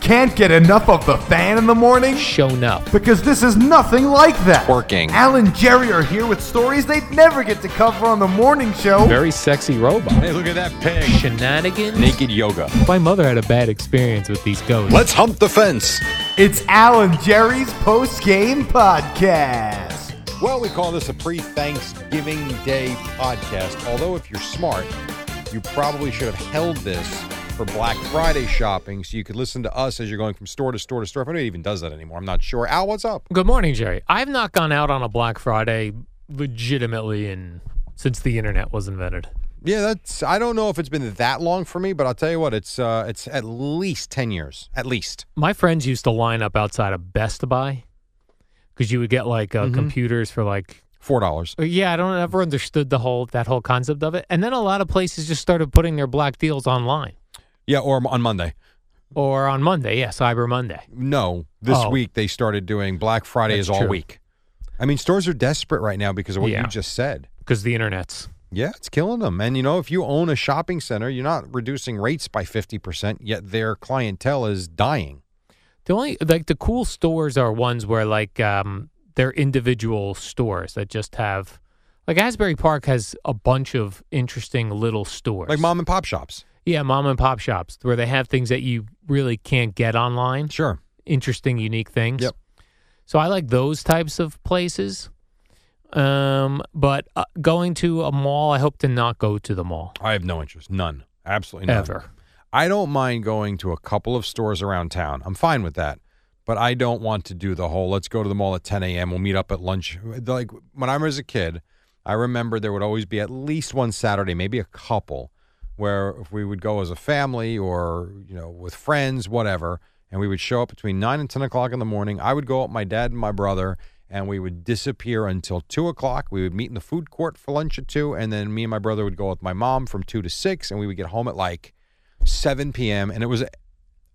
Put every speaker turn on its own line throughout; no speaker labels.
Can't get enough of the fan in the morning?
shown up.
Because this is nothing like that.
Working.
Al and Jerry are here with stories they'd never get to cover on the morning show.
Very sexy robot.
Hey, look at that pig.
Shenanigans.
Naked yoga.
My mother had a bad experience with these ghosts.
Let's hump the fence.
It's Al and Jerry's post game podcast.
Well, we call this a pre Thanksgiving Day podcast. Although, if you're smart, you probably should have held this for Black Friday shopping so you could listen to us as you're going from store to store to store. If anybody even does that anymore, I'm not sure. Al, what's up?
Good morning, Jerry. I've not gone out on a Black Friday legitimately in since the internet was invented.
Yeah, that's. I don't know if it's been that long for me, but I'll tell you what, it's uh, it's at least ten years, at least.
My friends used to line up outside of Best Buy because you would get like uh, computers for like. uh,
Four dollars.
Yeah, I don't ever understood the whole that whole concept of it. And then a lot of places just started putting their black deals online
Yeah, or on Monday.
or on Monday. Yeah, Cyber Monday.
No, this
Oh.
week they started doing Black Friday
That's
is all
true.
week. I mean, stores are desperate right now because of what
Yeah.
you just said.
Because the internet's
Yeah, it's killing them. And you know, if you own a shopping center, you're not reducing rates by 50%, yet their clientele is dying.
The only like the cool stores are ones where like um they're individual stores that just have like Asbury Park has a bunch of interesting little stores.
Like mom and pop shops.
Yeah, mom and pop shops where they have things that you really can't get online.
Sure.
Interesting, unique things.
Yep.
So I like those types of places. Um but uh, going to a mall, I hope to not go to the mall
I have no interest. None. Absolutely none.
ever.
I don't mind going to a couple of stores around town. I'm fine with that. But I don't want to do the whole let's go to the mall at 10 a.m. We'll meet up at lunch. Like when I was a kid, I remember there would always be at least one Saturday, maybe a couple, where if we would go as a family or, you know, with friends, whatever, and we would show up between 9 and 10 o'clock in the morning. I would go up, my dad and my brother, and we would disappear until 2 o'clock. We would meet in the food court for lunch at 2, and then me and my brother would go with my mom from 2 to 6, and we would get home at like 7 p.m. and it was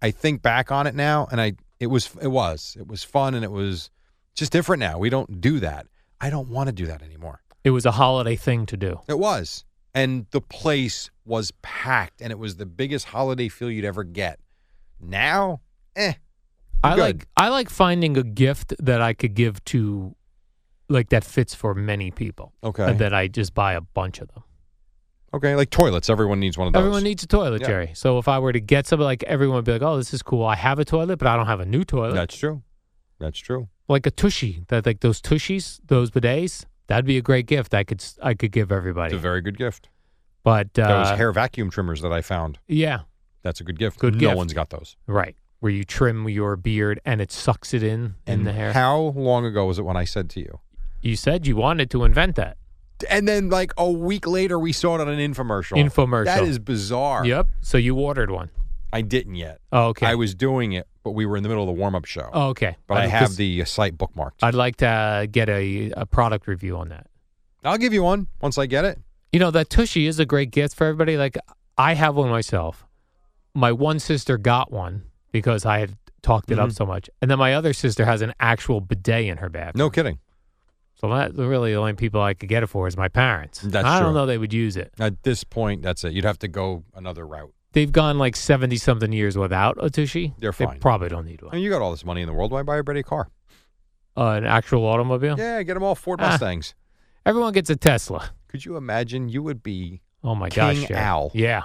I think back on it now and I it was it was it was fun and it was just different now. We don't do that. I don't want to do that anymore.
It was a holiday thing to do.
It was. And the place was packed and it was the biggest holiday feel you'd ever get. Now, eh.
I
Good.
like I like finding a gift that I could give to like that fits for many people.
Okay.
And that I just buy a bunch of them.
Okay, like toilets, everyone needs one of those.
Everyone needs a toilet,
Yeah.
Jerry. So if I were to get something like everyone would be like, Oh, this is cool. I have a toilet, but I don't have a new toilet.
That's true. That's true.
Like a tushy. That like those tushies, those bidets, that'd be a great gift I could s- I could give
It's
everybody.
a very good gift.
but uh
those hair vacuum trimmers that I found.
Yeah.
That's a good gift.
Good
no
gift.
one's got those.
Right. Where you trim your beard and it sucks it in in the hair.
How long ago was it when I said to you?
you said you wanted to invent that.
and then like a week later we saw it on an infomercial.
Infomercial.
That is bizarre.
Yep. So you ordered one.
I didn't yet.
Oh, okay.
I was doing it, but we were in the middle of the warm up show.
oh, okay.
But I,
because-
have the uh, site bookmarked.
I'd like to uh, get a, a product review on that.
I'll give you one once I get it.
You know, that tushy is a great gift for everybody. Like, I have one myself. My one sister got one because I had talked it
Mm-hmm.
up so much. And then my other sister has an actual bidet in her bathroom.
No kidding.
So that really the only people I could get it for is my parents.
That's
I don't
true.
know they would use it.
At this point, that's it. You'd have to go another route.
They've gone like 70 something years without a tushy.
They're
They
fine.
probably don't need
I
one.
mean, you got all this money in the world. Why buy everybody a car?
Uh, an actual automobile?
Yeah, get them all Ford
Oh. Ah.
Mustangs.
Everyone gets a Tesla.
Could you imagine? You would be.
Oh my gosh.
King
Jerry.
Al.
Yeah.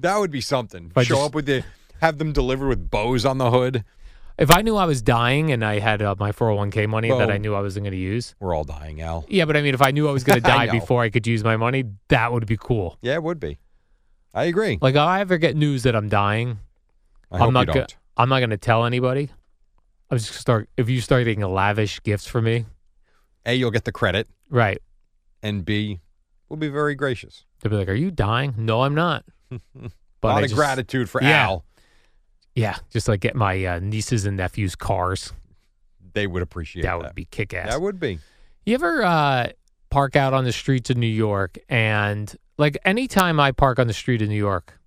That would be something.
I
Show
just-
up with the, have them delivered with bows on the hood.
If I knew I was dying and I had uh, my 401k money that
Well-
I knew I wasn't going to use.
We're all dying, Al.
Yeah, but I mean, if I knew I was going to die
I know.
before I could use my money, that would be cool.
Yeah, it would be. I agree.
Like, if I ever get news that I'm dying,
I
am
hope
not
you
go-
don't.
I'm not going to tell anybody. I'm just gonna start if you start getting lavish gifts for me,
A, you'll get the credit,
right?
and B, we'll be very gracious.
They'll be like, "Are you dying?" No, I'm not.
a lot
I
of
just-
gratitude for
Yeah.
Al.
Yeah, just like get my uh, nieces and nephews cars.
They would appreciate
that
that.
would be kick ass.
That would be.
You ever uh, park out on the streets of New York and like anytime I park on the street of New York,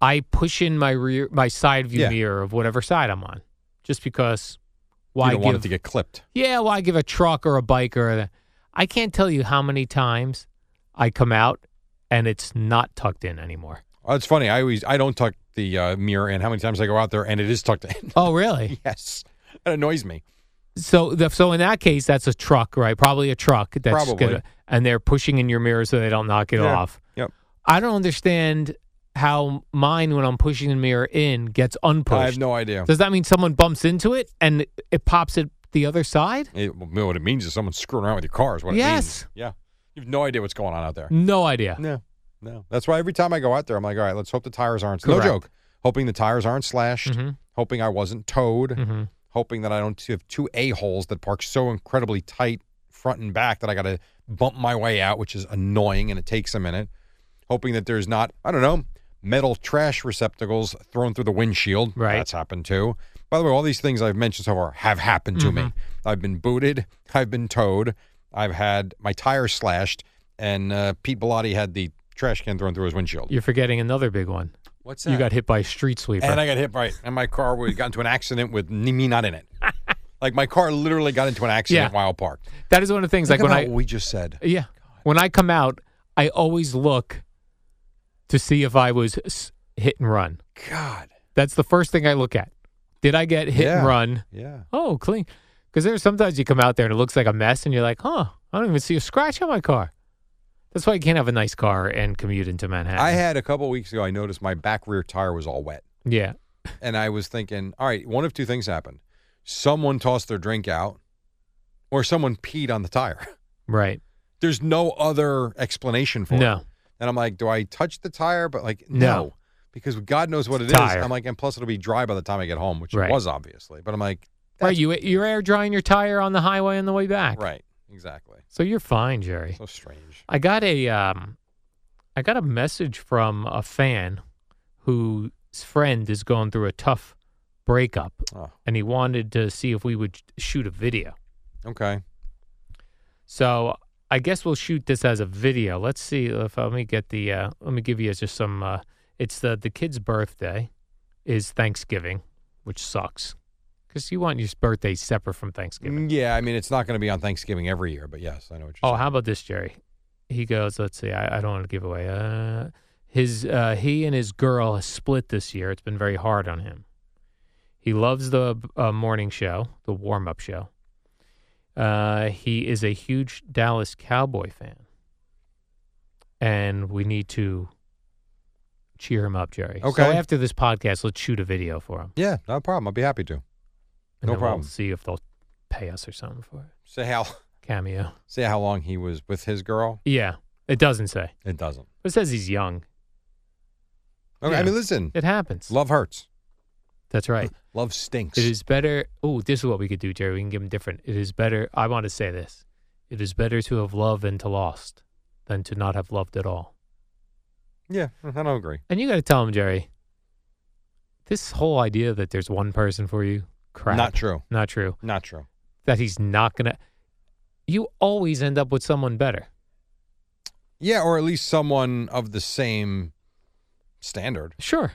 I push in my rear my side view
Yeah.
mirror of whatever side I'm on. Just because
Why
why
you don't want it
give-
to get clipped.
Yeah, well, I give a truck or a bike or a, I can't tell you how many times I come out and it's not tucked in anymore.
Oh, it's funny. I always I don't tuck the uh, mirror in. How many times I go out there and it is tucked in?
Oh, really?
yes, that annoys me.
So, the, so in that case, that's a truck, right? Probably a truck. That's
Probably.
Gonna, and they're pushing in your mirror so they don't knock it
Yeah.
off.
Yep.
I don't understand how mine, when I'm pushing the mirror in, gets unpushed.
I have no idea.
Does that mean someone bumps into it and it pops it the other side?
It, well, what it means is someone's screwing around with your car. Is what
Yes.
it means. Yeah. You have no idea what's going on out there.
No idea.
No, no. That's why every time I go out there, I'm like, all right, let's hope the tires aren't.
Correct.
No joke. Hoping the tires aren't slashed.
Mhm.
Hoping I wasn't towed.
Mhm.
Hoping that I don't have two a holes that park so incredibly tight front and back that I got to bump my way out, which is annoying and it takes a minute. Hoping that there's not, I don't know, metal trash receptacles thrown through the windshield.
Right.
That's happened too. By the way, all these things I've mentioned so far have happened to me.
Mm-hmm.
I've been booted. I've been towed. I've had my tire slashed, and uh, Pete Bellotti had the trash can thrown through his windshield.
You're forgetting another big one.
What's
You got hit by a street sweeper.
and I got hit by, and my car we got into an accident with n- me not in it. like my car literally got into an accident
Yeah.
while parked.
that is one of the things.
Think
like when
about
I
what we just said.
Yeah. When I come out, I always look to see if I was s- hit and run.
God.
That's the first thing I look at. Did I get hit
Yeah.
and run?
Yeah.
Oh, clean. Because there's sometimes you come out there and it looks like a mess, and you're like, huh, I don't even see a scratch on my car. That's why you can't have a nice car and commute into Manhattan.
I had a couple weeks ago. I noticed my back rear tire was all wet,
yeah,
and I was thinking, all right, one of two things happened: someone tossed their drink out, or someone peed on the tire.
right.
There's no other explanation for it.
No,
And I'm like, do I touch the tire? But like, no,
No.
because God knows what it
It's
is.
a tire.
I'm like, and plus it'll be dry by the time I get home, which
Right.
it was obviously. But I'm like,
right. You you're air drying your tire on the highway on the way back,
right, exactly.
So you're fine, Jerry.
So strange.
I got a um, I got a message from a fan whose friend is going through a tough breakup,
Oh,
and he wanted to see if we would shoot a video.
okay.
So I guess we'll shoot this as a video. Let's see if let me get the uh, let me give you just some. Uh, it's the the kid's birthday is Thanksgiving, which sucks because you want your birthday separate from Thanksgiving.
Mm, Yeah, I mean, it's not going to be on Thanksgiving every year, but yes, I know what you're
Oh,
saying.
how about this, Jerry? He goes, let's see, I, I don't want to give away. Uh, his uh, He and his girl has split this year. It's been very hard on him. He loves the uh, morning show, the warm up show. Uh, he is a huge Dallas Cowboy fan. And we need to cheer him up, Jerry.
Okay.
So after this podcast, let's shoot a video for him.
Yeah, no problem. I'll be happy to.
And
No
then we'll
problem.
see if they'll pay us or something for it.
Say how
Cameo.
say how long he was with his girl.
Yeah, it doesn't say.
It doesn't.
It says he's young.
Okay. I
Yeah.
mean, listen,
It happens.
love hurts.
That's right.
Love stinks.
It is better. Oh, this is what we could do, Jerry. We can give him different. It is better. I want to say this. It is better to have loved than to lost than to not have loved at all.
Yeah, I don't agree.
And you got to tell him, Jerry, this whole idea that there's one person for you, crap.
Not true.
Not true.
Not true.
That he's not going to. You always end up with someone better.
Yeah, or at least someone of the same standard.
Sure.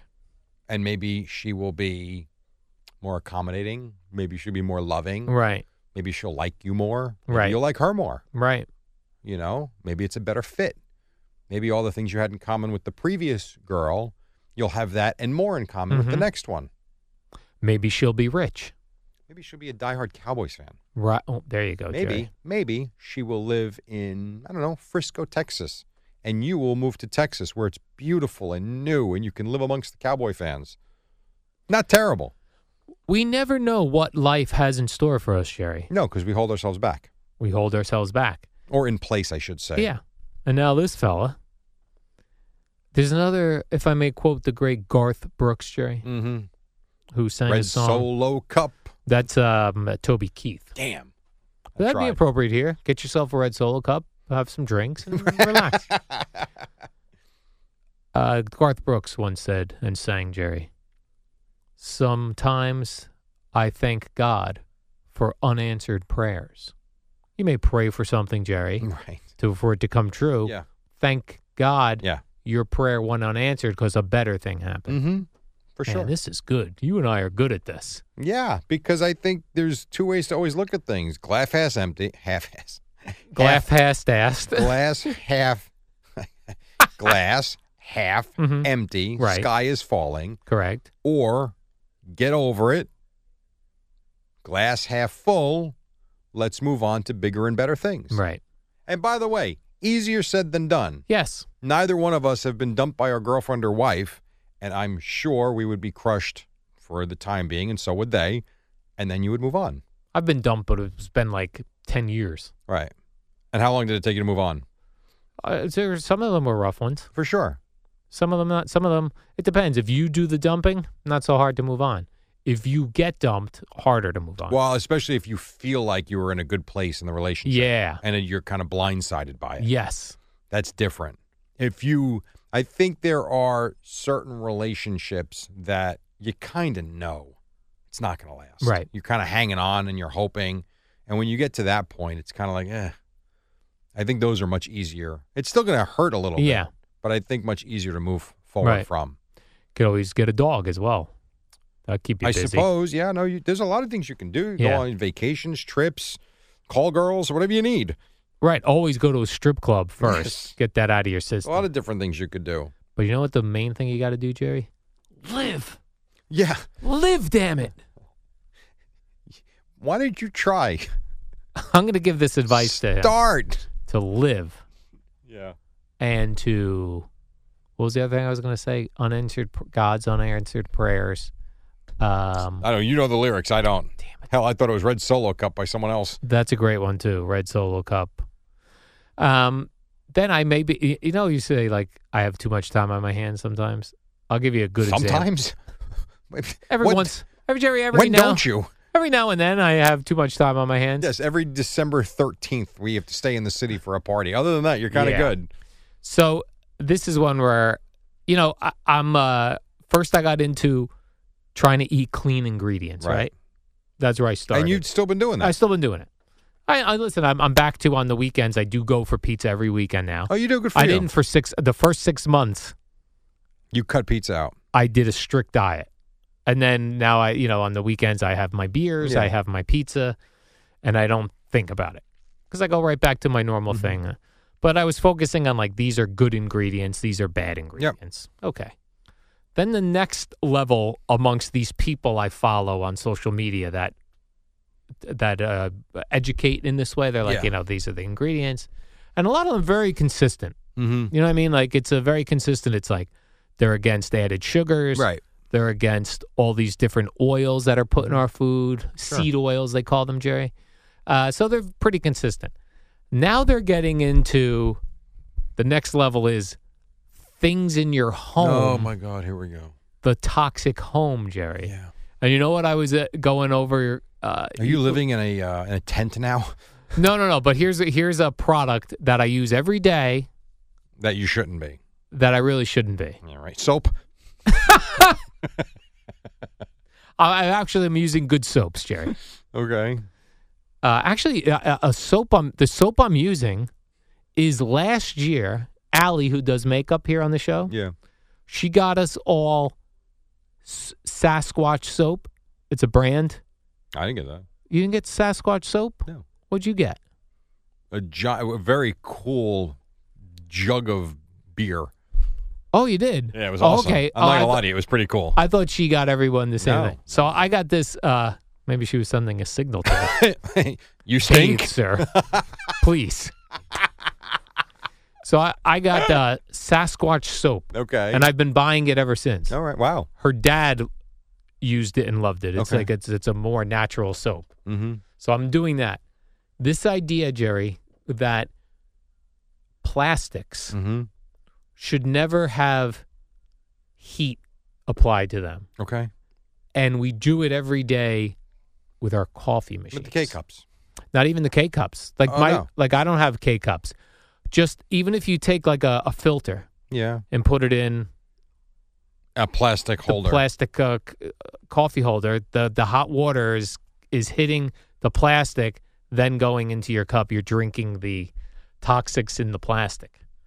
and maybe she will be more accommodating. Maybe she'll be more loving.
Right.
Maybe she'll like you more. Maybe
Right.
You'll like her more.
Right.
You know, maybe it's a better fit. Maybe all the things you had in common with the previous girl, you'll have that and more in common with the
Mhm.
next one.
Maybe she'll be rich.
Maybe she'll be a diehard Cowboys fan.
Right. Oh, there you go.
maybe,
Jerry.
maybe she will live in, I don't know, Frisco, Texas. And you will move to Texas where it's beautiful and new and you can live amongst the Cowboy fans. Not terrible.
We never know what life has in store for us, Jerry.
No, because we hold ourselves back.
We hold ourselves back.
or in place, I should say.
Yeah. And now this fella There's another, if I may quote the great Garth Brooks, Jerry,
Mm-hmm.
who sang a
Red
song.
Solo Cup.
That's um, Toby Keith.
Damn. I
That'd
tried.
be appropriate here. Get yourself a red solo cup, have some drinks, and relax. Uh, Garth Brooks once said and sang Jerry. Sometimes I thank God for unanswered prayers. You may pray for something, Jerry,
Right.
to for it to come true.
Yeah.
Thank God
Yeah.
your prayer went unanswered because a better thing happened.
Mm-hmm. For
Man,
sure.
this is good. You and I are good at this.
Yeah, because I think there's two ways to always look at things: glass half empty, half ass,
Glass half assed.
glass half, glass half
Mhm.
empty.
Right.
Sky is falling,
Correct.
or get over it. Glass half full. Let's move on to bigger and better things.
Right.
And by the way, easier said than done.
Yes.
Neither one of us have been dumped by our girlfriend or wife, and I'm sure we would be crushed for the time being, and so would they. And then you would move on.
I've been dumped, but it's been like 10 years.
Right. And how long did it take you to move on?
Uh, there, some of them were rough ones.
For sure.
Some of them not. Some of them, it depends. If you do the dumping, not so hard to move on. If you get dumped, harder to move on.
Well, especially if you feel like you were in a good place in the relationship.
Yeah.
And then you're kind of blindsided by it.
Yes.
That's different. If you, I think there are certain relationships that you kind of know it's not going to last.
Right.
You're kind of hanging on and you're hoping. And when you get to that point, it's kind of like, eh. I think those are much easier. It's still going to hurt a little
Yeah.
bit, but I think much easier to move forward
Right.
from.
Could always get a dog as well. That'll keep you
I
busy.
suppose, yeah. No, you, there's a lot of things you can do. You
Yeah.
Go on vacations, trips, call girls, whatever you need.
Right. Always go to a strip club first.
Yes.
Get that out of your
A
system.
lot of different things you could do.
but you know what the main thing you got to do, Jerry? Live.
Yeah.
Live, damn it.
Why don't you try?
I'm going to give this advice to him
Start.
to live.
Yeah.
and to what was the other thing I was going to say? Unanswered pr- God's unanswered prayers. Um,
I know you know the lyrics. I don't.
Damn it.
Hell, I thought it was Red Solo Cup by someone else.
that's a great one too. Red Solo Cup. Um, then I maybe y- you know you say like I have too much time on my hands sometimes. I'll give you a good example.
Sometimes.
Every
What-
once, every Jerry, every
When
now,
don't you?
every now and then I have too much time on my hands.
Yes, every December 13th, we have to stay in the city for a party. Other than that, you're kind of
Yeah.
good.
So this is one where, you know, I, I'm uh, first I got into trying to eat clean ingredients,
Right.
right? That's where I started.
And you've still been doing
I
that.
still been doing it. I, I listen. I'm, I'm back to on the weekends. I do go for pizza every weekend now.
oh, you do good for
I
you.
didn't for six the first six months.
You cut pizza out.
I did a strict diet, and then now I you know on the weekends I have my beers,
Yeah.
I have my pizza, and I don't think about it because I go right back to my normal
Mm-hmm.
thing. But I was focusing on like these are good ingredients, these are bad ingredients. Okay. Then the next level amongst these people I follow on social media that that uh, educate in this way, they're like,
Yeah.
you know, these are the ingredients, and a lot of them very consistent.
Mm-hmm.
You know what I mean? Like it's a very consistent. It's like they're against added sugars.
Right.
They're against all these different oils that are put in our food, seed oils they call them, Jerry. Uh, so they're pretty consistent. Now they're getting into the next level is things in your home,
Oh, my God. Here we go.
the toxic home, Jerry.
Yeah.
And you know what I was uh, going over? Uh,
Are you living in a uh, in a tent now
no, no, no. But here's a, here's a product that I use every day
that you shouldn't be?
that I really shouldn't be.
All right. Soap.
I, I actually am using good soaps, Jerry.
Okay.
Uh, actually, a, a soap I'm the soap I'm using is last year. Allie, who does makeup here on the show,
Yeah.
she got us all S- Sasquatch soap. It's a brand.
I didn't get that.
You didn't get Sasquatch soap.
No.
What'd you get?
A, gi- a very cool jug of beer.
Oh, you did.
Yeah, it was
Oh,
awesome.
okay.
I'm
Oh,
not
I
gonna
thought-
lie to you. It was pretty cool.
I thought she got everyone the same
No.
thing. So I got this. Uh, maybe she was sending a signal to me.
you
Dave,
stink.
sir. Please. So I, I got uh, Sasquatch soap,
Okay.
and I've been buying it ever since.
All right. Wow.
her dad used it and loved it. It's
Okay.
like it's it's a more natural soap.
Mm-hmm.
So I'm doing that. This idea, Jerry, that plastics
Mm-hmm.
should never have heat applied to them.
Okay.
And we do it every day with our coffee machines.
With the K cups.
Not even the K cups. Like
Oh,
my
no.
like I don't have K cups. Just even if you take like a, a filter
Yeah.
and put it in
A plastic holder.
the plastic uh, c- coffee holder, the the hot water is is hitting the plastic, then going into your cup. You're drinking the toxics in the plastic.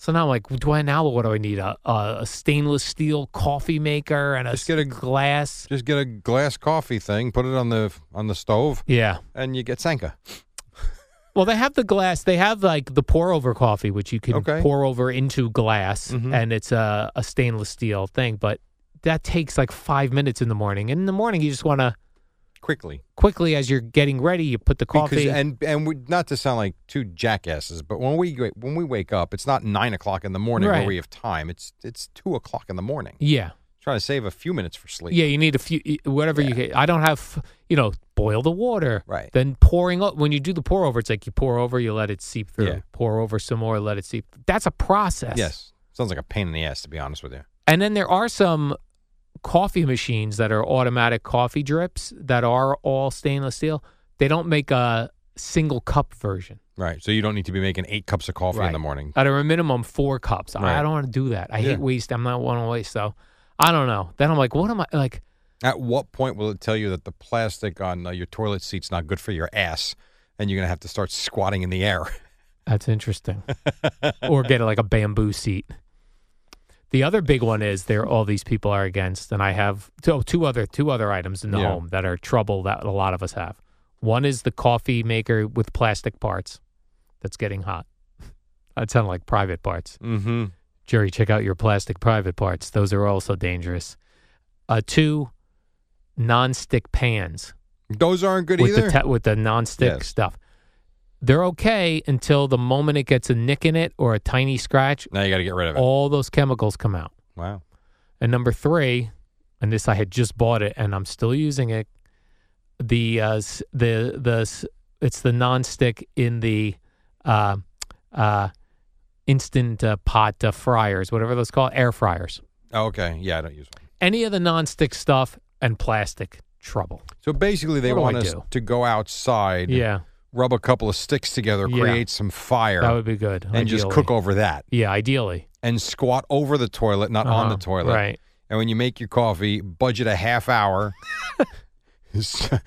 So now, I'm like, do I now what do I need? A, a, a stainless steel coffee maker and a,
Just get a-
glass.
Just get a glass coffee thing, put it on the on the stove,
Yeah.
and you get Senka.
Well, they have the glass. They have like the pour over coffee, which you can
Okay. Mm-hmm.
pour over into glass, and it's a, a stainless steel thing. But that takes like five minutes in the morning. And in the morning, you just want to
Quickly.
quickly, as you're getting ready, you put the coffee.
Because, and and we, not to sound like two jackasses, but when we wa- when we wake up, it's not nine o'clock in the morning
Right.
where we have time. It's it's two o'clock in the morning.
yeah.
trying to save a few minutes for sleep.
Yeah, you need a few, y- whatever you get. I don't have, you know, boil the water.
Right.
Then pouring, o- when you do the pour over, it's like you pour over, you let it seep through.
Yeah.
Pour over some more, let it seep. That's a process.
Yes. Sounds like a pain in the ass, to be honest with you.
And then there are some coffee machines that are automatic coffee drips that are all stainless steel. They don't make a single cup version.
Right. So you don't need to be making eight cups of coffee in the
Right.
morning.
At a minimum, four cups. I- I
Right.
don't want to do that. I
Yeah.
hate waste. I'm not one to waste. So I don't know. Then I'm like, what am I like?
At what point will it tell you that the plastic on uh, your toilet seat's not good for your ass and you're going to have to start squatting in the air?
That's interesting. or get like a bamboo seat. The other big one is there. All these people are against, and I have so two other two other items in the
Yeah.
home that are trouble that a lot of us have. One is the coffee maker with plastic parts that's getting hot. That sound like private parts.
Mm hmm.
Jerry, check out your plastic private parts. Those are also dangerous. Uh, two non-stick pans
Those aren't good
with
either.
the te- with the nonstick
Yes.
stuff. They're okay until the moment it gets a nick in it or a tiny scratch.
now you got to get rid of it.
All those chemicals come out.
wow.
And number three, and this I had just bought it and I'm still using it. The uh, s- the the s- it's the nonstick in the uh, uh, instant uh, pot uh, fryers, whatever those called, air fryers.
Oh, okay. Yeah, I don't use one.
Any of the nonstick stuff and plastic trouble.
So basically, they
What
want
do I
us
do?
to go outside,
Yeah,
rub a couple of sticks together,
Yeah.
create some fire,
that would be good.
and just
ideally.
cook over that
Yeah, ideally
and squat over the toilet, not on the
Uh-huh,
toilet.
Right.
and when you make your coffee, budget a half hour so,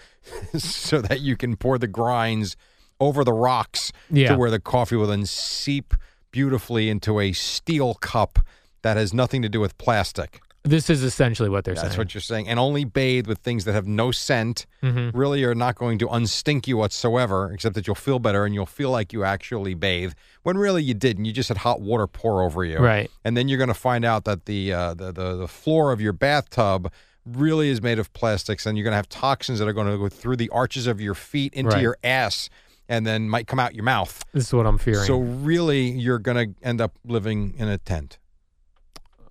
so that you can pour the grinds over the rocks
Yeah.
to where the coffee will then seep beautifully into a steel cup that has nothing to do with plastic.
This is essentially what they're
That's
saying.
what you're saying. And only bathe with things that have no scent,
Mhm.
really are not going to unstink you whatsoever, except that you'll feel better and you'll feel like you actually bathe when really you didn't. You just had hot water pour over you.
Right.
And then you're going to find out that the, uh, the, the, the floor of your bathtub really is made of plastics and you're going to have toxins that are going to go through the arches of your feet into
Right.
your ass and then might come out your mouth.
This is what I'm fearing.
So, really, you're going to end up living in a tent.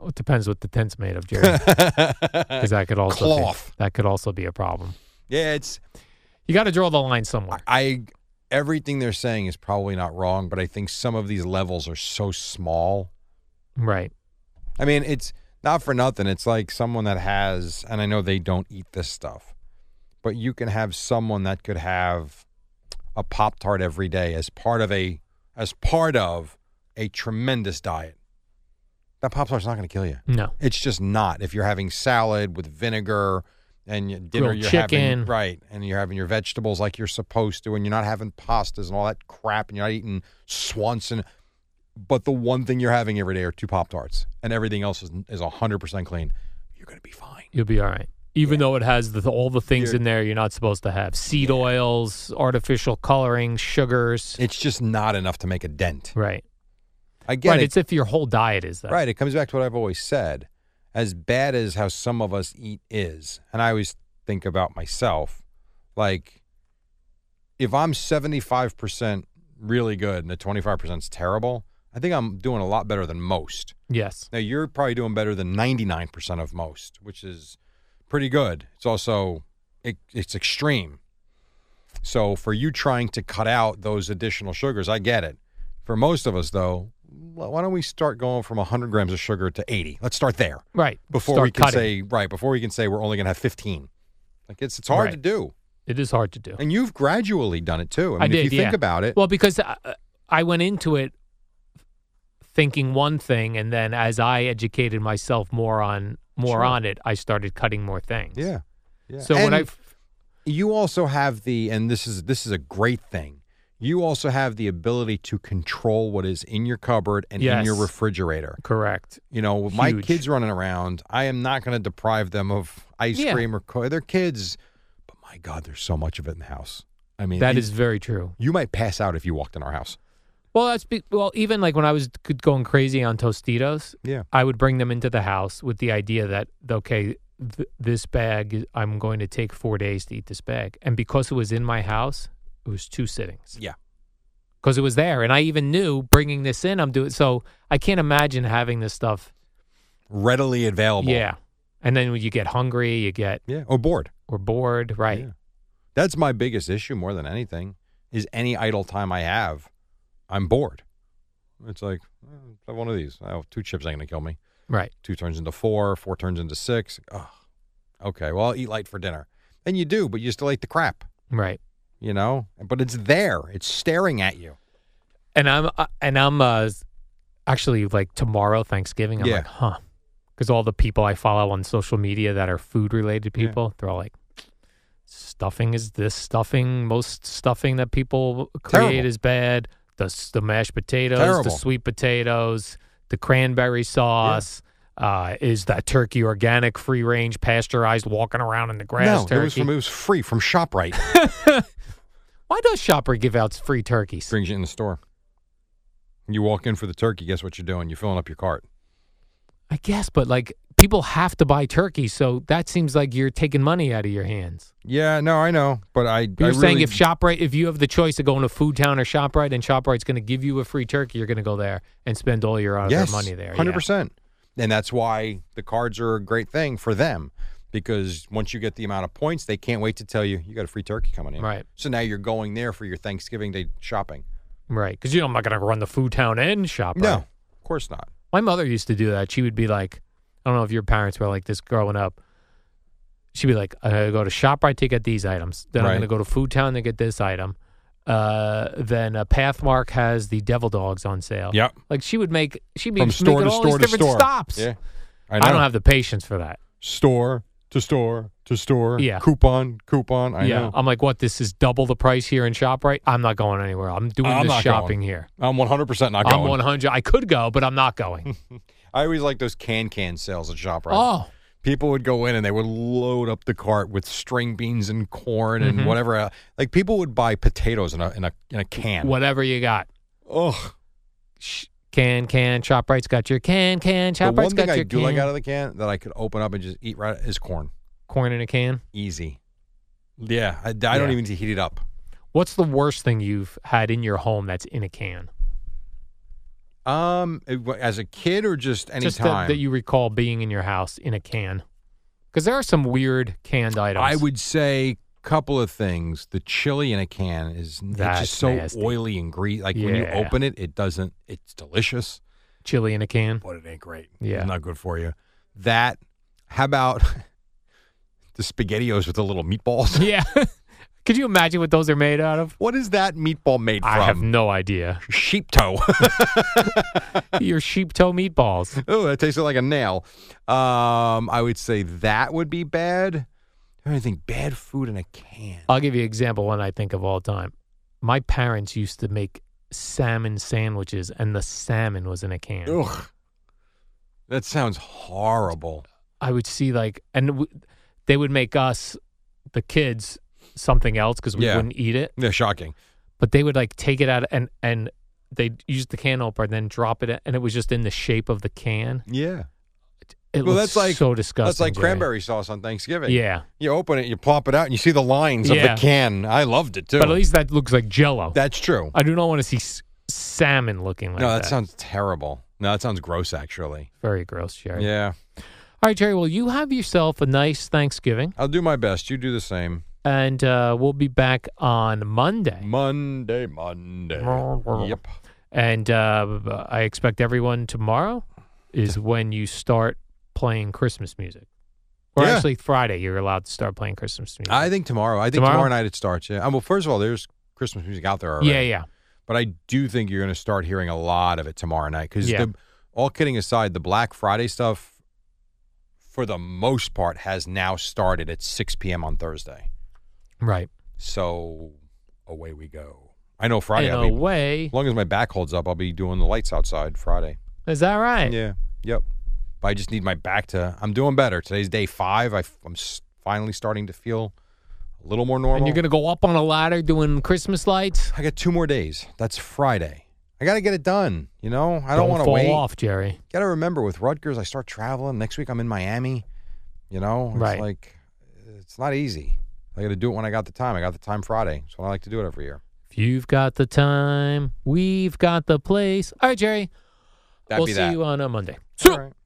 it depends what the tent's made of, Jerry. Because that could also be-
Cloth.
that could also be a problem.
Yeah, it's.
You got to draw the line somewhere.
I everything they're saying is probably not wrong, but I think some of these levels are so small.
Right.
I mean, it's not for nothing. It's like someone that has, and I know they don't eat this stuff, but you can have someone that could have a pop tart every day as part of a as part of a tremendous diet. That pop tart's not going to kill you.
No.
It's just not. If you're having salad with vinegar and your dinner,
Grilled
you're
chicken.
having right, and you're having your vegetables like you're supposed to, and you're not having pastas and all that crap, and you're not eating Swanson. But the one thing you're having every day are two pop tarts, and everything else is is hundred percent clean. You're gonna be fine.
You'll be all right. Even though it has the, all the things in there you're not supposed to have seed oils, artificial coloring, sugars.
It's just not enough to make a dent.
right.
I get
right,
it.
it's if your whole diet is that.
Right. It comes back to what I've always said. As bad as how some of us eat is, and I always think about myself, like if I'm 75% really good and the 25% is terrible, I think I'm doing a lot better than most.
Yes.
Now, you're probably doing better than 99% of most, which is pretty good. It's also, it, it's extreme. So for you trying to cut out those additional sugars, I get it. For most of us, though, why don't we start going from 100 grams of sugar to 80? Let's start there
Right.
before
Start
we can
cutting.
say right before we can say we're only going to have 15. Like it's it's hard
Right.
to do,
it is hard to do.
and you've gradually done it too. I mean,
I
if
did.
you
yeah.
think about it,
Well, because I, I went into it thinking one thing, and then as I educated myself more on more
Sure.
on it, I started cutting more things.
yeah, yeah.
So when
And
I
you also have the and this is this is a great thing you also have the ability to control what is in your cupboard and in
Yes.
your refrigerator
correct,
you know with my
Huge.
kids running around i am not going to deprive them of ice
Yeah.
cream or co- they're kids but my god there's so much of it in the house i mean
that
it-
is very true.
you might pass out if you walked in our house
Well, that's be- well. Even like when I was g- going crazy on Tostitos,
yeah
I would bring them into the house with the idea that okay, th- this bag is- I'm going to take four days to eat this bag, and because it was in my house, it was two sittings.
yeah
because it was there, and I even knew bringing this in, I'm doing so. I can't imagine having this stuff.
readily available
Yeah, and then when you get hungry, you get
yeah or bored
or bored, right?
Yeah. that's my biggest issue more than anything is any idle time I have, I'm bored. It's like "Oh, have one of these. Oh, two chips ain't gonna kill me.
Right.
Two turns into four. Four turns into six. Oh, okay. Well, I'll eat light for dinner. And you do, but you still eat the crap.
Right.
You know. But it's there. It's staring at you.
And I'm uh, and I'm uh, s- actually like tomorrow Thanksgiving. I'm
Yeah.
like, huh, because all the people I follow on social media that are food related
Yeah.
people, they're all like, stuffing is this stuffing. Most stuffing that people create
Terrible.
is bad. The s- the mashed potatoes,
Terrible.
the sweet potatoes, the cranberry sauce. Uh, is that turkey organic, free range, pasteurized, walking around in the grass?
no,
turkey.
it was from it was free from Shoprite.
Why does Shopper give out free turkeys?
Brings you in the store. You walk in for the turkey. Guess what you're doing? You're filling up your cart.
I guess, but like people have to buy turkey, so that seems like you're taking money out of your hands.
Yeah, no, I know, but I.
But
I
you're saying
really-
if Shoprite, if you have the choice of going to Food Town or Shoprite, and Shoprite's going to give you a free turkey, you're going to go there and spend all your other money there. yeah.
Hundred percent. And that's why the cards are a great thing for them because once you get the amount of points, they can't wait to tell you you got a free turkey coming in.
Right.
So now you're going there for your Thanksgiving Day shopping.
right? Because you know I'm not going to run the Food Town and Shoprite.
No, of course not.
My mother used to do that. She would be like, I don't know if your parents were like this growing up. She'd be like, I gotta go to ShopRite to get these items. Then
Right.
I'm going to go to Food Town to get this item. Uh, then uh, Pathmark has the Devil Dogs on sale.
Yep.
Like she would make, she'd be
From
making
store to
all
store
these
to
different
store.
stops.
Yeah.
I,
know.
don't have the patience for that.
store to store to store.
Yeah.
Coupon, coupon. I
yeah.
know.
I'm like, what? This is double the price here in ShopRite. I'm not going anywhere. I'm doing
I'm
this
not
shopping
going.
here.
I'm 100% not
I'm
going.
100. I could go, but I'm not going.
I always like those can can sales at ShopRite.
Oh,
people would go in and they would load up the cart with string beans and corn
Mm-hmm.
and whatever. el- Like people would buy potatoes in a in a in a can.
whatever you got.
Ugh.
Sh- can can ShopRite's got your can can
The one
ShopRite's got
thing
your
I do
can.
like out of the can that I could open up and just eat right is corn.
corn in a can.
Easy. Yeah, I, I
Yeah.
don't even need to heat it up.
What's the worst thing you've had in your home that's in a can?
Um, it- wh- as a kid or just anytime
Just that, that you recall being in your house in a can. Because there are some weird canned items.
I would say couple of things. The chili in a can is it's
That's
just so
nasty.
oily and greasy. Like when you
Yeah.
open it, it doesn't. It's delicious.
chili in a can.
but it ain't great.
Yeah.
It's not good for you. That, how about the SpaghettiOs with the little meatballs?
yeah. Could you imagine what those are made out of?
What is that meatball made from?
I have no idea.
Sheep toe.
your sheep toe meatballs.
oh, that tasted like a nail. Um, I would say that would be bad. I don't think bad food in a can.
I'll give you an example one I think of all time. My parents used to make salmon sandwiches, and the salmon was in a can.
Ugh. That sounds horrible.
I would see like, and w- they would make us, the kids, something else because we
Yeah.
wouldn't eat it.
Yeah, shocking.
But they would like take it out and and they used the can opener and then drop it, and it was just in the shape of the can.
Yeah.
It
well,
looks
that's like
so disgusting.
That's like
Jerry.
cranberry sauce on Thanksgiving.
Yeah,
You open it, you plop it out, and you see the lines
Yeah.
of the can. I loved it too.
but at least that looks like Jello.
that's true.
I do not want to see s- salmon looking like
no,
that.
that, sounds terrible. No, that sounds gross. Actually,
very gross, Jerry.
yeah.
All right, Jerry. Well, you have yourself a nice Thanksgiving,
I'll do my best. You do the same.
and uh, we'll be back on Monday.
Monday, Monday. yep.
And uh, I expect everyone tomorrow is when you start playing Christmas music. Or
Yeah.
actually, Friday, you're allowed to start playing Christmas music.
I think tomorrow. I think
Tomorrow?
tomorrow, night it starts. Yeah. Um, well, first of all, there's Christmas music out there already.
yeah, yeah.
But I do think you're going to start hearing a lot of it tomorrow night because
Yeah.
all kidding aside, the Black Friday stuff, for the most part, has now started at 6 p.m. on Thursday.
Right.
So away we go. I know Friday.
In
I'll
a
be,
way.
as long as my back holds up, I'll be doing the lights outside Friday.
Is that right?
Yeah. Yep. But I just need my back to. I'm doing better. Today's day five. I, am finally starting to feel a little more normal.
And you're going to go up on a ladder doing Christmas lights?
I got two more days. That's Friday. I got to get it done. You know, I don't, want to
fall
wait.
off, Jerry.
Got to remember with Rutgers, I start traveling. Next week, I'm in Miami. You know, it's
Right.
like it's not easy. I got to do it when I got the time. I got the time Friday. That's when I like to do it every year.
If you've got the time, we've got the place. All right, Jerry.
That'd
we'll
be
see
that.
you on a Monday.
All right.